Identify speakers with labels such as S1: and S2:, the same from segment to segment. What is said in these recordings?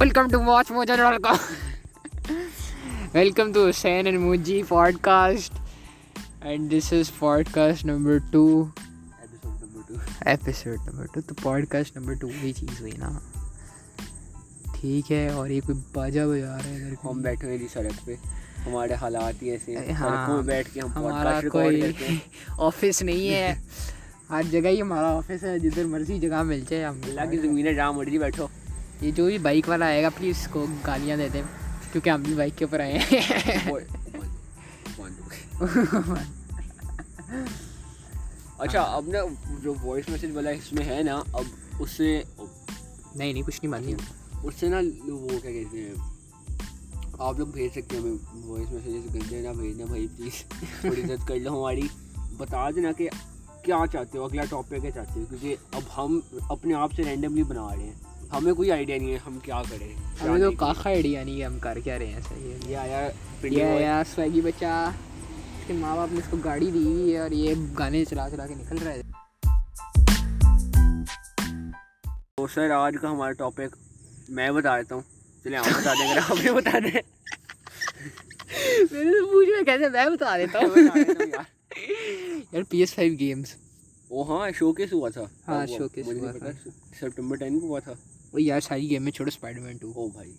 S1: Welcome to watch Mauja dot com welcome to Hussain and Mauji podcast and this is podcast number two episode number two تو podcast number two وہی چیز ہوئی نا ٹھیک ہے اور یہ کوئی باجا بجا رہا ہے ادھر کوئی۔
S2: ہم بیٹھے ہوئے تھے سڑک پہ ہمارے حالات ہی ایسے ہیں
S1: ہاں،
S2: سڑکوں پہ بیٹھ کے ہم
S1: ہمارا
S2: پوڈکاسٹ ریکارڈ
S1: کوئی
S2: کرتے ہیں
S1: آفس نہیں ہے ہر جگہ ہی ہمارا آفس ہے جدھر مرضی جگہ مل جائے ہم
S2: اللہ کی زمین ہے جہاں مرضی بیٹھو
S1: یہ جو بھی بائک والا آئے گا پلیز اس کو گالیاں دے دیں کیونکہ ہم بھی بائک کے اوپر آئے ہیں
S2: اچھا اب نا جو وائس میسج والا اس میں ہے نا اب اس سے
S1: نہیں نہیں کچھ نہیں مانی
S2: اس سے نا وہ کیا کہتے ہیں آپ لوگ بھیج سکتے ہیں ہمیں وائس میسیجز گندے نہ بھیجنا بھائی پلیز تھوڑی عزت کر لو ہماری بتا دینا کہ کیا چاہتے ہو اگلا ٹاپک کیا چاہتے ہو کیونکہ اب ہم اپنے آپ سے رینڈملی بنا رہے ہیں ہمیں کوئی آئیڈیا نہیں ہے ہم کیا کریں
S1: ہمیں تو کاخا آئیڈیا نہیں کہ ہم کر کیا رہے ہیں صحیح ہے
S2: یہ آیا پنڈی
S1: یہ
S2: بوائے۔
S1: یار سویگی بچہ اس کے ماں باپ نے اس کو گاڑی دی ہوئی ہے اور یہ گانے چلا چلا کے نکل رہا ہے
S2: تو سر آج کا ہمارا ٹاپک میں بتا دیتا ہوں چلے آپ بتا دیں اگر آپ نے بتا دیں
S1: میں نے تو پوچھا کیسے میں بتا دیتا یار پی ایس فائیو گیمز
S2: وہ ہاں شو کیس ہوا تھا
S1: ہاں،
S2: کب
S1: showcase
S2: مجھے
S1: ہوا
S2: نہیں پتا سپٹمبر ٹین کو ہوا تھا
S1: وہ یار ساری گیم میں چھوڑو اسپائڈر مین ٹو
S2: او بھائی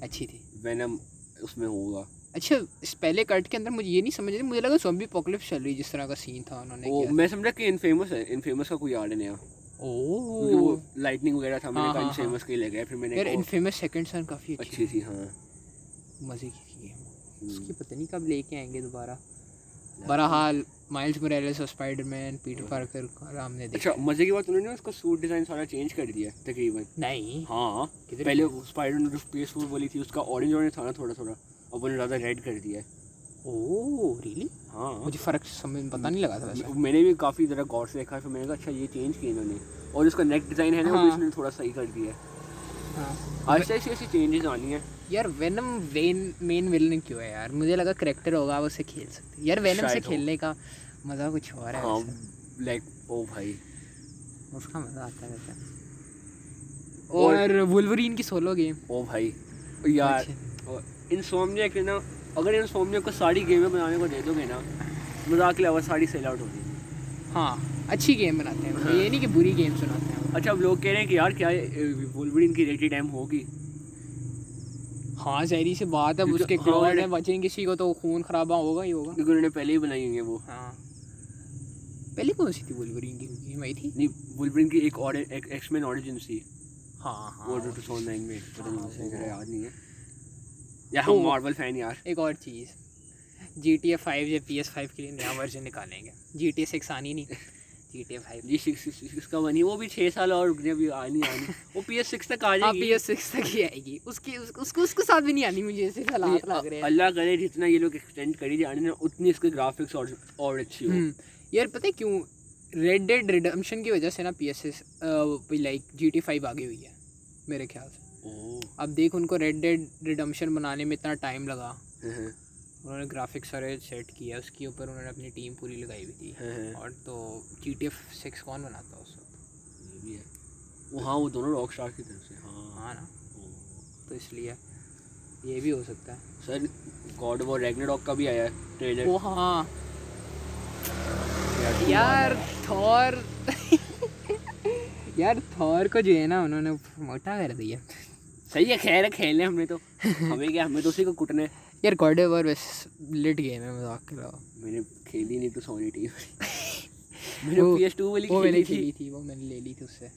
S1: اچھی تھی
S2: وینم اس میں ہوگا
S1: اچھا اس پہلے کٹ کے اندر مجھے یہ نہیں سمجھ رہی مجھے لگا زومبی پوکلپ چل رہی جس طرح کا سین تھا انہوں نے
S2: وہ
S1: کیا
S2: میں سمجھا کہ انفیمس ہے انفیمس کا کوئی آرڈر نہیں آیا کیونکہ وہ
S1: اوہ
S2: لائٹنگ وغیرہ تھا میں نے
S1: ہاں،
S2: کہا
S1: ہاں،
S2: انفیمس کا ہی لے گیا پھر میں نے
S1: یار
S2: کہا،
S1: انفیمس سیکنڈ سن کافی
S2: "اوہ،
S1: اچھی
S2: اچھی تھی ہاں
S1: مزے کی تھی game۔ اس
S2: ہم،
S1: کی پتہ نہیں کب لے کے آئیں گے دوبارہ بہرحال مائلز موریلس اور اسپائڈر مین پیٹر پارکر کو ہم نے دیکھا
S2: اچھا مزے کی بات انہوں نے اس کا سوٹ ڈیزائن سارا چینج کر دیا ہے، تقریباً
S1: نہیں
S2: ہاں
S1: کدھر
S2: پہلے اسپائڈر نے جو پیس فور والی تھی اس کا اورنج اورنج تھا نا تھوڑا تھوڑا اب انہوں نے زیادہ ریڈ کر دیا ہے
S1: اوہ ریلی
S2: ہاں
S1: مجھے فرق سمجھ پتہ نہیں لگا تھا ویسے
S2: میں نے بھی کافی ذرا غور سے دیکھا پھر میں نے کہا اچھا یہ چینج کیا انہوں نے اور اس کا نیک ڈیزائن ہے نا وہ بھی اس نے تھوڑا صحیح کر دیا ہے
S1: ہاں
S2: آہستہ آہستہ ایسی چینجز آنی ہیں
S1: یار وینم وین مین ولن کیوں ہے یار مجھے لگا کریکٹر ہوگا آپ اسے کھیل سکتے یار وینم سے
S2: شاید ہو۔
S1: کھیلنے کا مزہ کچھ اور ہے
S2: ہاں
S1: ویسے۔
S2: لائک او بھائی
S1: اس کا مزہ آتا ہے ویسے
S2: اور-
S1: اور وولورین کی سولو گیم
S2: او بھائی یار انسومنیا کے نا اگر انسومنیا کو ساری گیمیں بنانے کو دے دو گے نا مذاق کے علاوہ ساری سیل آؤٹ ہو جائے گی
S1: ہاں اچھی گیم بناتے ہیں
S2: ہاں۔
S1: وہ، یہ نہیں کہ بری گیم سناتے ہیں
S2: اچھا اب لوگ کہہ رہے ہیں کہ یار کیا وولورین کی ریٹڈ ایم ہوگی
S1: ہاں ظاہری سے بات ہے اس
S2: کیونکہ
S1: کے
S2: ہاں،
S1: کلوز
S2: اور-
S1: ہیں بچیں کسی کو تو خون خرابہ ہوگا ہی ہوگا
S2: کیونکہ انہوں نے پہلے ہی بنائی ہوئی ہیں وہ
S1: ہاں پہلے کون سی تھی وولورین کی گیم آئی تھی
S2: نہیں وولورین کی ایک اور ایکس مین اوریجن تھی
S1: ہاں
S2: وہ
S1: ہاں
S2: ٹو تھاؤزنڈ نائن میں پتہ نہیں
S1: ہاں،
S2: مجھے
S1: وہ-
S2: ذرا یاد نہیں ہے یار ہم مارول فین یار
S1: ایک اور چیز جی ٹی اے فائیو یا پی ایس فائیو کے لیے نیا ورژن نکالیں گے جی ٹی اے سکس آنی نہیں G T A five
S2: G six six کا بنی وہ بھی چھ سال اور رک جائے ابھی آنی آنی وہ پی ایس سکس تک آ
S1: ہاں
S2: جائے
S1: پی
S2: گی
S1: ایس سکس تک ہی آئے گی اس کی اس اس کو اس کے ساتھ بھی نہیں آنی مجھے ایسے حالات لگ رہے ہیں
S2: اللہ کرے جتنا یہ لوگ ایکسٹینڈ کری جانے نا اتنی اس کے گرافکس اور اور اچھی ہو
S1: ہوں۔ یار پتہ ہے کیوں ریڈ ڈیڈ ریڈمشن کی وجہ سے نا P S S like G T five آگے ہوئی ہے میرے خیال سے
S2: اوہ،
S1: اب دیکھ ان کو ریڈ ڈیڈ ریڈمشن بنانے میں اتنا ٹائم لگا
S2: ہاں، ہاں،
S1: انہوں نے گرافک سارے سیٹ کیا اس کے اوپر انہوں نے اپنی ٹیم پوری لگائی ہوئی تھی
S2: ہاں، ہاں،
S1: اور تو جی ٹی ایف سکس کون بناتا ہے اس وقت
S2: یہ بھی ہے وہ ہاں وہ دونوں راک اسٹار کی طرف سے ہاں
S1: ہاں نا
S2: اوہ۔
S1: تو اس لیے یہ بھی ہو سکتا ہے
S2: سر گاڈ وار ریگنا راک کا بھی آیا ہے ٹریلر
S1: وہ ہاں
S2: یار، تم
S1: یار تھور یار تھور کو جو ہے نا انہوں نے موٹا کر دیا
S2: صحیح ہے خیر ہے کھیلنے ہم نے تو ہمیں کیا ہمیں تو اسی کو کٹنا ہے
S1: یار گاڈ اوور ویس لٹ گیم ہے مذاق کے علاوہ
S2: میں نے کھیلی نہیں تو سونی ٹیم میں نے پی ایس ٹو والی
S1: وہ میں نے
S2: کھیلی تھی
S1: کھیلی تھی وہ میں نے لے لی تھی اس سے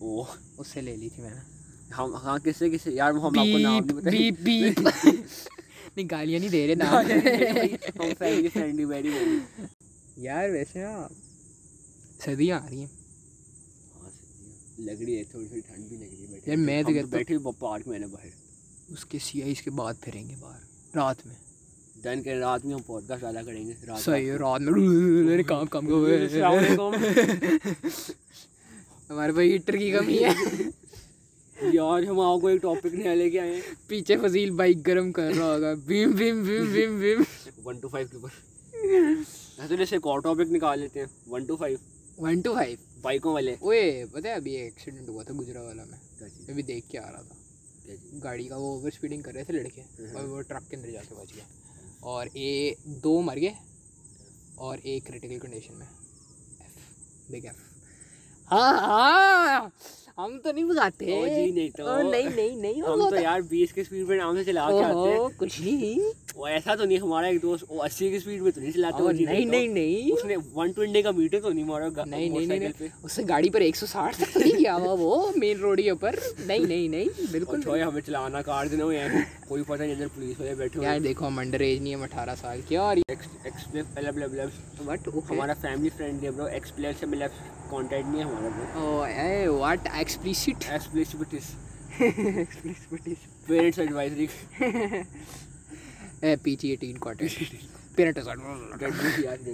S2: اوہ
S1: اس سے لے لی تھی میں نے
S2: ہم ہاں کس سے کس سے یار ہم آپ کو نام
S1: بیپ
S2: نہیں بتائیں
S1: بیپ بیپ نہیں گالیاں نہیں دے رہے نام
S2: ہم فیملی فرینڈلی ویری ویری
S1: یار ویسے نا سردیاں آ رہی ہیں
S2: ہاں لگ رہی ہے تھوڑی تھوڑی ٹھنڈ بھی لگ رہی ہے بیٹھے
S1: یار میں تو
S2: ہم
S1: کہتا
S2: بیٹھے پارک میں نا باہر
S1: ہوں اس کے سیاہ اس کے بعد پھریں گے باہر رات میں
S2: دن کے رات میں ہم پوڈ کاسٹ ڈالا کریں گے رات
S1: صحیح ہے رات میں کام کام
S2: السلام
S1: کا
S2: علیکم
S1: ہمارے پاس ہیٹر کی کمی ہے
S2: یار ہم آپ کو ایک ٹاپک نیا لے کے آئے ہیں
S1: پیچھے فضیل بائک گرم کر رہا ہوگا بیم بیم بیم بیم بیم
S2: ون ٹو فائیو کے اوپر حضرت سے ایک اور ٹاپک نکال لیتے ہیں one two five
S1: one two five
S2: بائکوں والے
S1: اوے پتہ ہے ابھی ایکسیڈنٹ ہوا تھا گجرا والا میں میں بھی دیکھ کے آ رہا تھا گاڑی کا وہ اوور اسپیڈنگ کر رہے تھے لڑکے اور وہ ٹرک کے اندر جا کے بچ گیا اور اے دو مر گئے اور ایک کریٹیکل کنڈیشن میں بگ ایف ہاں ہاں ہم تو نہیں بگاتے
S2: او جی، نہیں تو-
S1: او نہیں نہیں نہیں وہ
S2: ہم تو
S1: بگاتا۔
S2: یار بیس کی اسپیڈ میں آرام سے چلا کے آتے ہیں
S1: اوہو، کچھ نہیں
S2: وہ ایسا تو نہیں ہمارا ایک دوست وہ اسی کی اسپیڈ میں تو نہیں چلاتا
S1: اور
S2: وہ جی
S1: نہیں
S2: دیتا۔
S1: نہیں نہیں
S2: اس نے ون ٹوینٹی کا میٹر تو نہیں مارا گا-
S1: نہیں
S2: موٹر
S1: نہیں نہیں
S2: سائیکل پہ
S1: اس سے گاڑی پر ایک سو ساٹھ تک نہیں گیا ہوا وہ مین روڈ کے اوپر نہیں نہیں نہیں
S2: اور
S1: بالکل
S2: جو ہے ہمیں چلانا کار دینا ہو یا کوئی پتہ نہیں ادھر پولیس والے بیٹھے ہوئے
S1: یار دیکھو ہم انڈر ایج نہیں ہم اٹھارہ سال کے اور
S2: ہمارا
S1: بٹ
S2: فیملی فرینڈ ہے برو ایکس پلیئر سے میرا کانٹیکٹ نہیں ہے ہمارا bro
S1: Oh, what explicit
S2: X players parents advisory
S1: P G eighteen quarter parent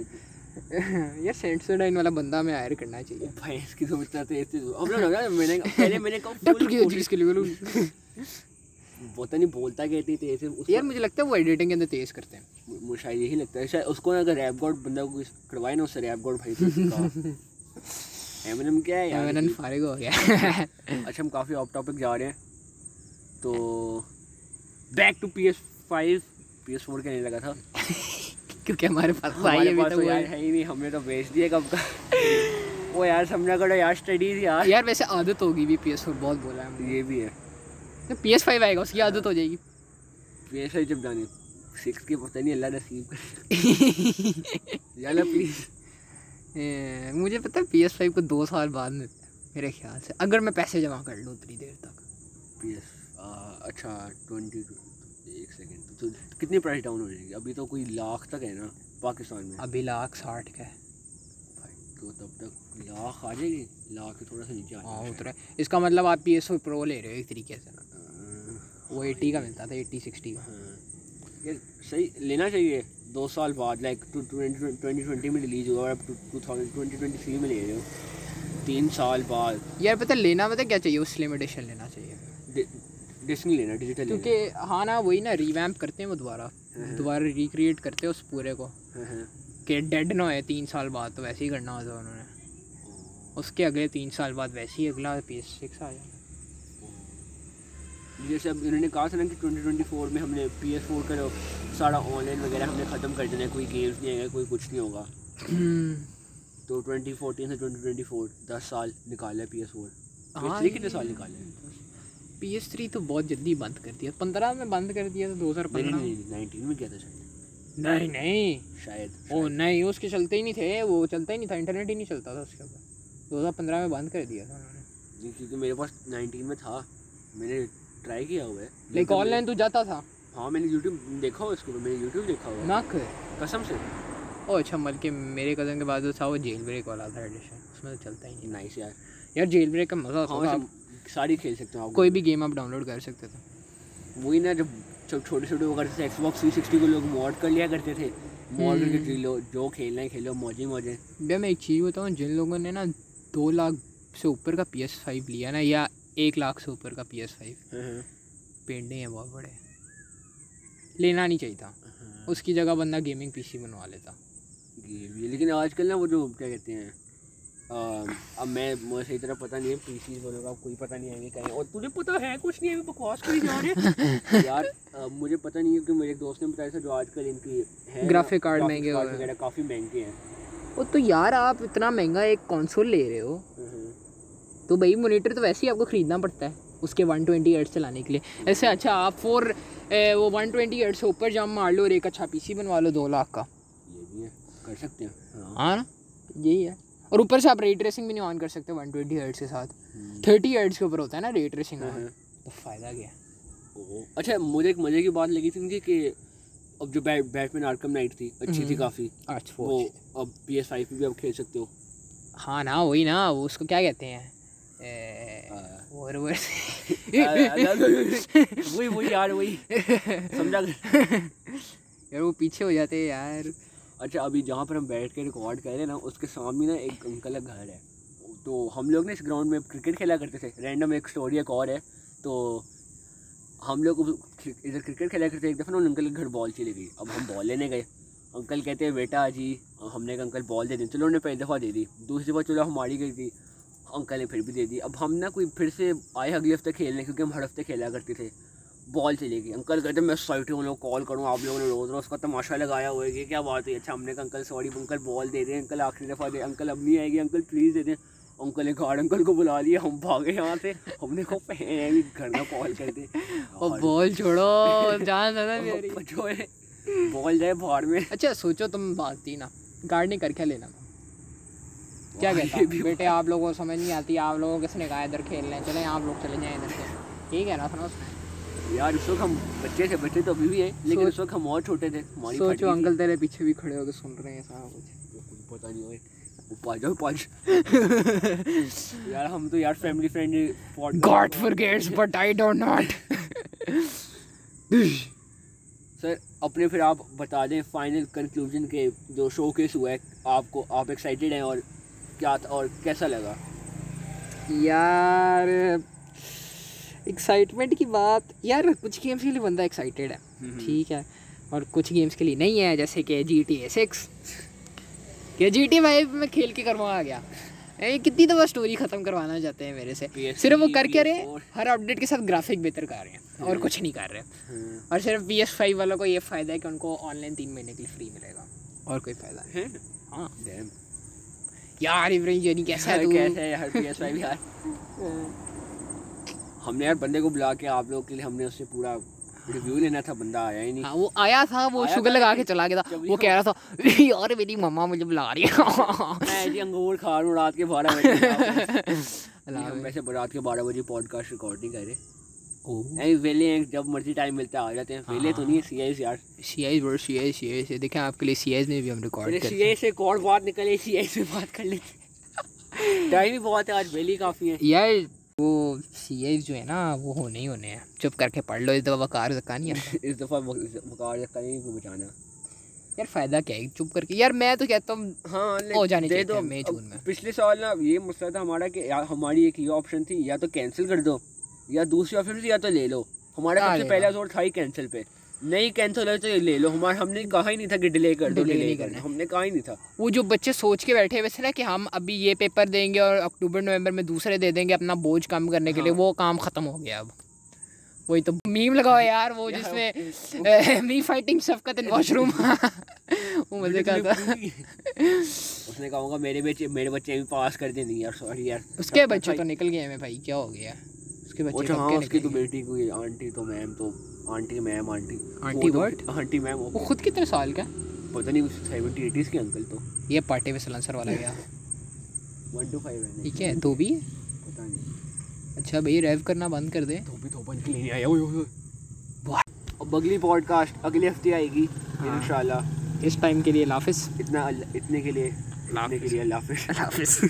S1: یار سینٹسوڈائن والا بندہ میں ہائر کرنا چاہیے
S2: بھائی اس کی تو اتنا تیز تیز اب لگ رہا ہے میں نے پہلے میں نے کہا
S1: ڈاکٹر کی چیز کے لیے بولوں
S2: بولتا نہیں بولتا کہ اتنی تیز ہے اس
S1: یار
S2: کو-
S1: مجھے لگتا ہے وہ ایڈیٹنگ کے اندر تیز کرتے ہیں
S2: مجھے شاید یہی لگتا ہے شاید اس کو نا اگر ریپ گاڈ بندہ کو کچھ کروائے نا اس سے ریپ گاڈ بھائی ایم کیا ہے یار
S1: ایمنن فارغ ہو گیا
S2: اچھا ہم کافی آف ٹاپک جا رہے ہیں تو back to P S five P S four کا نہیں لگا تھا
S1: کیونکہ ہمارے پاس بھائی
S2: ہمارے
S1: ابھی تک
S2: پاس تو
S1: وہ
S2: یار ہے ہی نہیں ہم نے تو بیچ دیے کب کا وہ یار سمجھا کرو یار اسٹڈیز یار
S1: یار ویسے عادت ہوگی بھی پی ایس فور بہت بولا ہے ہم
S2: یہ بھی ہے
S1: نے پی ایس فائیو آئے گا اس کی عادت ہو جائے گی
S2: پی ایس آئی جب جانے سکس کی پتہ نہیں اللہ نصیب کرے یار پلیز
S1: اے، مجھے پتا پی ایس فائیو کو دو سال بعد ملتا ہے میرے خیال سے اگر میں پیسے جمع کر لوں اتنی دیر تک
S2: پی ایس اچھا ٹوینٹی ایک سیکنڈ تو کتنی پرائز ڈاؤن ہو جائے گی ابھی تو کوئی لاکھ تک ہے نا پاکستان میں
S1: ابھی لاکھ ساٹھ کا ہے
S2: بھائی، تو تب تک لاکھ آ جائے گی لاکھ سے تھوڑا سا نیچے آ
S1: ہاں
S2: جائے گی
S1: اترا اس کا مطلب آپ پی ایس فور پرو لے رہے ہو ایک طریقے سے نا
S2: ہاں
S1: وہ ایٹی کا ملتا تھا ایٹی سکسٹی کا
S2: یار صحیح لینا چاہیے دو سال بعد لائک ٹوینٹی ٹوینٹی میں ریلیز ہوا اور اب two thousand twenty twenty three میں لے رہے ہو تین سال بعد
S1: یار پتہ لینا پتہ کیا چاہیے اس لیم ایڈیشن لینا چاہیے
S2: ڈسنی لینا ڈیجیٹل لینا
S1: کیونکہ ہاں نا وہی نا ریویمپ کرتے ہیں وہ دوبارہ دوبارہ ریکریٹ کرتے ہیں اس پورے کو
S2: ہاں، ہاں۔
S1: کہ ڈیڈ نہ ہوئے تین سال بعد تو ویسے ہی کرنا ہوتا ہے انہوں نے اس کے اگلے تین سال بعد ویسے ہی اگلا پی ایس سکس آ جائے
S2: جیسے اب انہوں نے کہا تھا نا کہ ٹوئنٹی ٹوئنٹی فور میں ہم نے پی ایس فور کا جو سارا آن لائن وغیرہ ہم نے ختم کر دینا ہے کوئی گیمز نہیں آئے گا کوئی کچھ نہیں ہوگا تو ٹوئنٹی فورٹین سے ٹوئنٹی ٹوئنٹی فور دس سال نکالا P S four P S
S1: ہاں،
S2: تھری کتنے سال نکالے ہیں
S1: پی ایس تھری تو بہت جلدی بند کر دیا پندرہ میں بند کر دیا تو دو ہزار
S2: نہیں
S1: پندرہ
S2: نہیں نائنٹین میں کیا تھا شاید
S1: نہیں نہیں
S2: شاید
S1: وہ نہیں اس کے چلتے ہی نہیں تھے وہ چلتا ہی نہیں تھا انٹرنیٹ ہی نہیں چلتا تھا اس کے اوپر دو ہزار پندرہ میں بند کر دیا تھا انہوں نے
S2: نہیں، جی، کیونکہ میرے پاس نائنٹین میں تھا میں نے ٹرائی کیا ہوا ہے
S1: لائک
S2: لیکن
S1: آن
S2: میں-
S1: لائن تو جاتا تھا
S2: ہاں میں نے یوٹیوب دیکھا ہوا اس کو میں نے یوٹیوب دیکھا ہوا ہے
S1: نہ کر
S2: قسم سے
S1: او اچھا بلکہ میرے کزن کے بعد جو تھا وہ جیل بریک والا تھا ایڈیشن اس میں تو چلتا ہی نہیں
S2: نائس یار
S1: یار جیل بریک کا مزہ
S2: ہاں
S1: ہوتا تھا
S2: ویسے ساری ہاں، کھیل سکتے ہو آپ
S1: کوئی بھی گیم آپ ڈاؤن لوڈ کر سکتے تھے
S2: وہی نا جب جب چھوٹے چھوٹے وہ کرتے تھے ایکس باکس تھری سکسٹی کو لوگ موڈ کر لیا کرتے تھے موڈ کر کے
S1: ہوں۔
S2: کھیلو جو کھیلنا ہے کھیلو موجے موجے
S1: بھیا میں ایک چیز بتاؤں جن لوگوں نے نا دو لاکھ سے اوپر کا پی ایس فائیو لیا نا یا ایک لاکھ سے اوپر کا پی ایس فائیو پینڈے ہیں بہت بڑے لینا نہیں چاہیے تھا
S2: ہاں۔
S1: اس کی جگہ بندہ گیمنگ پی سی بنوا لیتا
S2: گیم یہ لیکن آج کل نا وہ جو کیا کہتے ہیں آم، اب میں مجھے صحیح طرح پتہ نہیں ہے پی سیز والوں کا کوئی پتہ نہیں ہے یہ کہیں اور تجھے پتہ ہے کچھ نہیں ہے بکواس کری جا رہے ہیں۔ یار آ، مجھے پتہ نہیں ہے کہ میرے ایک دوست نے بتایا تھا جو آج کل ان کی ہے نا،
S1: Graphic card
S2: graphics
S1: مہنگے
S2: card
S1: ہوئے ہیں۔
S2: وغیرہ کافی مہنگے ہیں
S1: وہ تو یار آپ اتنا مہنگا ایک کونسول لے رہے ہو تو بھائی مونیٹر تو ویسے ہی آپ کو خریدنا پڑتا ہے اس کے ون ٹوینٹی ایٹ چلانے کے لیے ایسے اچھا آپ فور وہ ون ٹوینٹی ایٹ سے اوپر جام مار لو اور ایک اچھا پی سی بنوا لو دو لاکھ کا
S2: یہ بھی ہے کر سکتے ہیں ہاں
S1: ہاں نا یہی ہے اور اوپر سے آپ ریٹ ٹریسنگ بھی نہیں آن کر سکتے ون ٹوینٹی ایٹس کے ساتھ تھرٹی ایٹس کے اوپر ہوتا ہے نا ریٹ ٹریسنگ
S2: ہاں۔
S1: تو فائدہ کیا
S2: اوہو۔ اچھا مجھے ایک مزے کی بات لگی تھی ان کی کہ اب جو bat Batman Arkham Knight تھی اچھی تھی کافی
S1: آرٹس
S2: وہ
S1: فور
S2: اب پی ایس فائیو پہ بھی آپ کھیل سکتے ہو
S1: ہاں نا وہی نا وہ اس کو کیا کہتے ہیں اے، اور وہ-
S2: وہی وہی یار وہی سمجھا
S1: یار وہ پیچھے ہو جاتے ہیں یار
S2: اچھا ابھی جہاں پر ہم بیٹھ کے ریکارڈ کر رہے ہیں نا اس کے سامنے نا ایک انکل کا گھر ہے تو ہم لوگ نا اس گراؤنڈ میں کرکٹ کھیلا کرتے تھے رینڈم ایک اسٹوری ایک اور ہے تو ہم لوگ ادھر کرکٹ کھیلا کرتے ایک دفعہ نا ان انکل کے گھر بال چلی گئی اب ہم بال لینے گئے انکل کہتے ہیں بیٹا جی ہم نے کہا انکل بال دے دی چلو انہوں نے پہلی دفعہ دے دی دوسری بار چلو ہماری گئی تھی انکل نے پھر بھی دے دی اب ہم نا کوئی پھر سے آئے اگلے ہفتے کھیلنے کیونکہ ہم ہر ہفتے کھیلا کرتے تھے بال چلے گئی انکل کہتے ہیں میں سوسائٹی کو لوگ کال کروں آپ لوگوں نے روز روز کا تماشا لگایا ہوا ہے کہ کیا بات ہوئی اچھا ہم نے کہا انکل سوری انکل بال دے دیں انکل آخری دفعہ دے انکل اب نہیں آئے گی انکل پلیز دے دیں انکل نے گارڈ انکل کو بلا لیا ہم بھاگے یہاں سے ہم نے کو پہنے گھر میں کال کر دے
S1: اور بال چھوڑو جان زیادہ میری
S2: جو ہے بال جائے بھاڑ میں
S1: اچھا سوچو تم بھاگتی نا گارڈ نے کر کے لینا تھا کیا کہتا بیٹے آپ لوگوں کو سمجھ نہیں آتی آپ لوگوں کس نے کہا ادھر کھیلنے چلیں آپ لوگ چلے جائیں ادھر سے ٹھیک ہے نا تھا اس نے
S2: یار اس وقت ہم بچے تھے بچے تو ابھی بھی ہیں لیکن اس وقت ہم اور چھوٹے تھے ہماری
S1: سوچو انکل تیرے پیچھے بھی کھڑے ہو کے سن رہے ہیں سارا کچھ
S2: پتہ نہیں ہوئے پانچ پانچ یار ہم تو یار family friendly
S1: god for Gates but I don't not
S2: sir اپنے پھر آپ بتا دیں فائنل کنکلوژن کے جو شو کیس ہوا ہے آپ کو آپ ایکسائٹیڈ ہیں اور کیا اور کیسا لگا
S1: یار ایکسائٹمنٹ کی بات یار کچھ گیمس کے لیے بندہ ایکسائٹیڈ ہے ٹھیک ہے اور کچھ گیمس کے لیے نہیں ہے جیسے کہ جی ٹی اے سکس کہ جی ٹی فائیو میں کھیل کے کروا گیا یہ کتنی دفعہ اسٹوری ختم کروانا چاہتے ہیں میرے سے
S2: PS3,
S1: صرف وہ کر کے رہے ہیں
S2: PS4
S1: ہر اپڈیٹ کے ساتھ گرافک بہتر کر رہے ہیں اور کچھ نہیں کر رہے اور صرف پی ایس فائیو والوں کو یہ فائدہ ہے کہ ان کو آن لائن تین مہینے کے لیے فری ملے گا اور کوئی فائدہ نہیں ہاں
S2: Damn.
S1: یار ابراہیم جونی کیسا ہے
S2: یار
S1: تو
S2: کیسا ہے یار PS5 یار ہم نے یار بندے کو بلا کے آپ لوگ کے لیے ہم نے اس سے پورا ریویو لینا تھا بندہ آیا ہی نہیں
S1: ہاں وہ آیا تھا وہ شوگر لگا کے چلا گیا تھا وہ کہہ رہا تھا یار میری مما مجھے بلا رہی ہے
S2: میں جی انگور کھا رہا ہوں رات کے بارہ بجے ہم ویسے رات کے بارہ بجے پوڈ کاسٹ ریکارڈ نہیں کر رہے
S1: Oh,
S2: نہیں ویلے ہیں جب مرضی ٹائم ملتا ہے آ جاتے ہیں ویلے تو نہیں سی آئی یار
S1: سی آئی برو سی آئی سی آئی سے دیکھیں آپ کے لیے سی آئی میں بھی ہم ریکارڈ کرتے
S2: سی آئی سے ایک اور بات نکلے سی آئی سے بات کر لیتے ٹائم ہی بہت ہے آج ویلی کافی ہے
S1: یار وہ سی ایز جو ہے نا وہ ہونے ہی ہونے ہیں چپ کر کے پڑھ لو اس دفعہ وقار زکانی ہے
S2: اس دفعہ مکار کریں کو بچانا
S1: یار فائدہ کیا ہے چپ کر کے یار میں تو کہتا ہوں
S2: ہاں
S1: ہو جانے چاہیے تھے مئی جون میں
S2: پچھلے سال نا یہ مسئلہ تھا ہمارا کہ یا ہماری ایک یہ آپشن تھی یا تو کینسل کر دو یا دوسری آپشن تھی یا تو لے لو ہمارا
S1: ہاں،
S2: سب سے
S1: لے
S2: پہلا زور تھا ہی کینسل پہ نہیں کینسل ہو تو یہ لے لو ہمارا ہم نے کہا ہی نہیں تھا کہ ڈیلے کر دو
S1: Delay
S2: ڈیلے
S1: نہیں
S2: کر
S1: کرنا
S2: دو ہم نے کہا ہی نہیں تھا
S1: وہ جو بچے سوچ کے بیٹھے ہوئے تھے نا کہ ہم ابھی یہ پیپر دیں گے اور اکتوبر نومبر میں دوسرے دے دیں گے اپنا بوجھ کم کرنے
S2: ہاں۔
S1: کے لیے وہ کام ختم ہو گیا اب وہی تو میم لگاؤ یار وہ جس میں می فائٹنگ شفقت ان واش روم وہ مزے کا تھا
S2: اس نے کہوں گا میرے بچے میرے بچے بھی پاس کر دیں یار سوری یار
S1: اس کے بچے تو نکل گئے ہیں بھائی کیا ہو گیا اس کے بچے
S2: اچھا
S1: کب
S2: ہاں
S1: کے
S2: اس کی تو
S1: نکلیں گے؟
S2: بیٹی کوئی آنٹی تو میم تو aunty ma'am aunty
S1: Aunty what?
S2: Aunty ma'am
S1: وہ خود کتنے سال کا ہے
S2: پتہ نہیں سیونٹی ایٹیز کے انکل تو
S1: یہ پارٹی میں سلنسر والا گیا
S2: ون ٹو فائیو ہے
S1: ٹھیک ہے دھوبی ہے
S2: پتہ نہیں
S1: اچھا بھائی ریو کرنا بند کر دے
S2: دھوبی دھوبا نکل نہیں آیا اوئے اوئے اب اگلی پوڈ کاسٹ اگلے ہفتے آئے گی
S1: ہاں۔
S2: انشاءاللہ
S1: اس ٹائم کے لیے لافظ
S2: اتنا ال- اتنے کے لیے اتنے کے لیے اللہ حافظ
S1: لافظ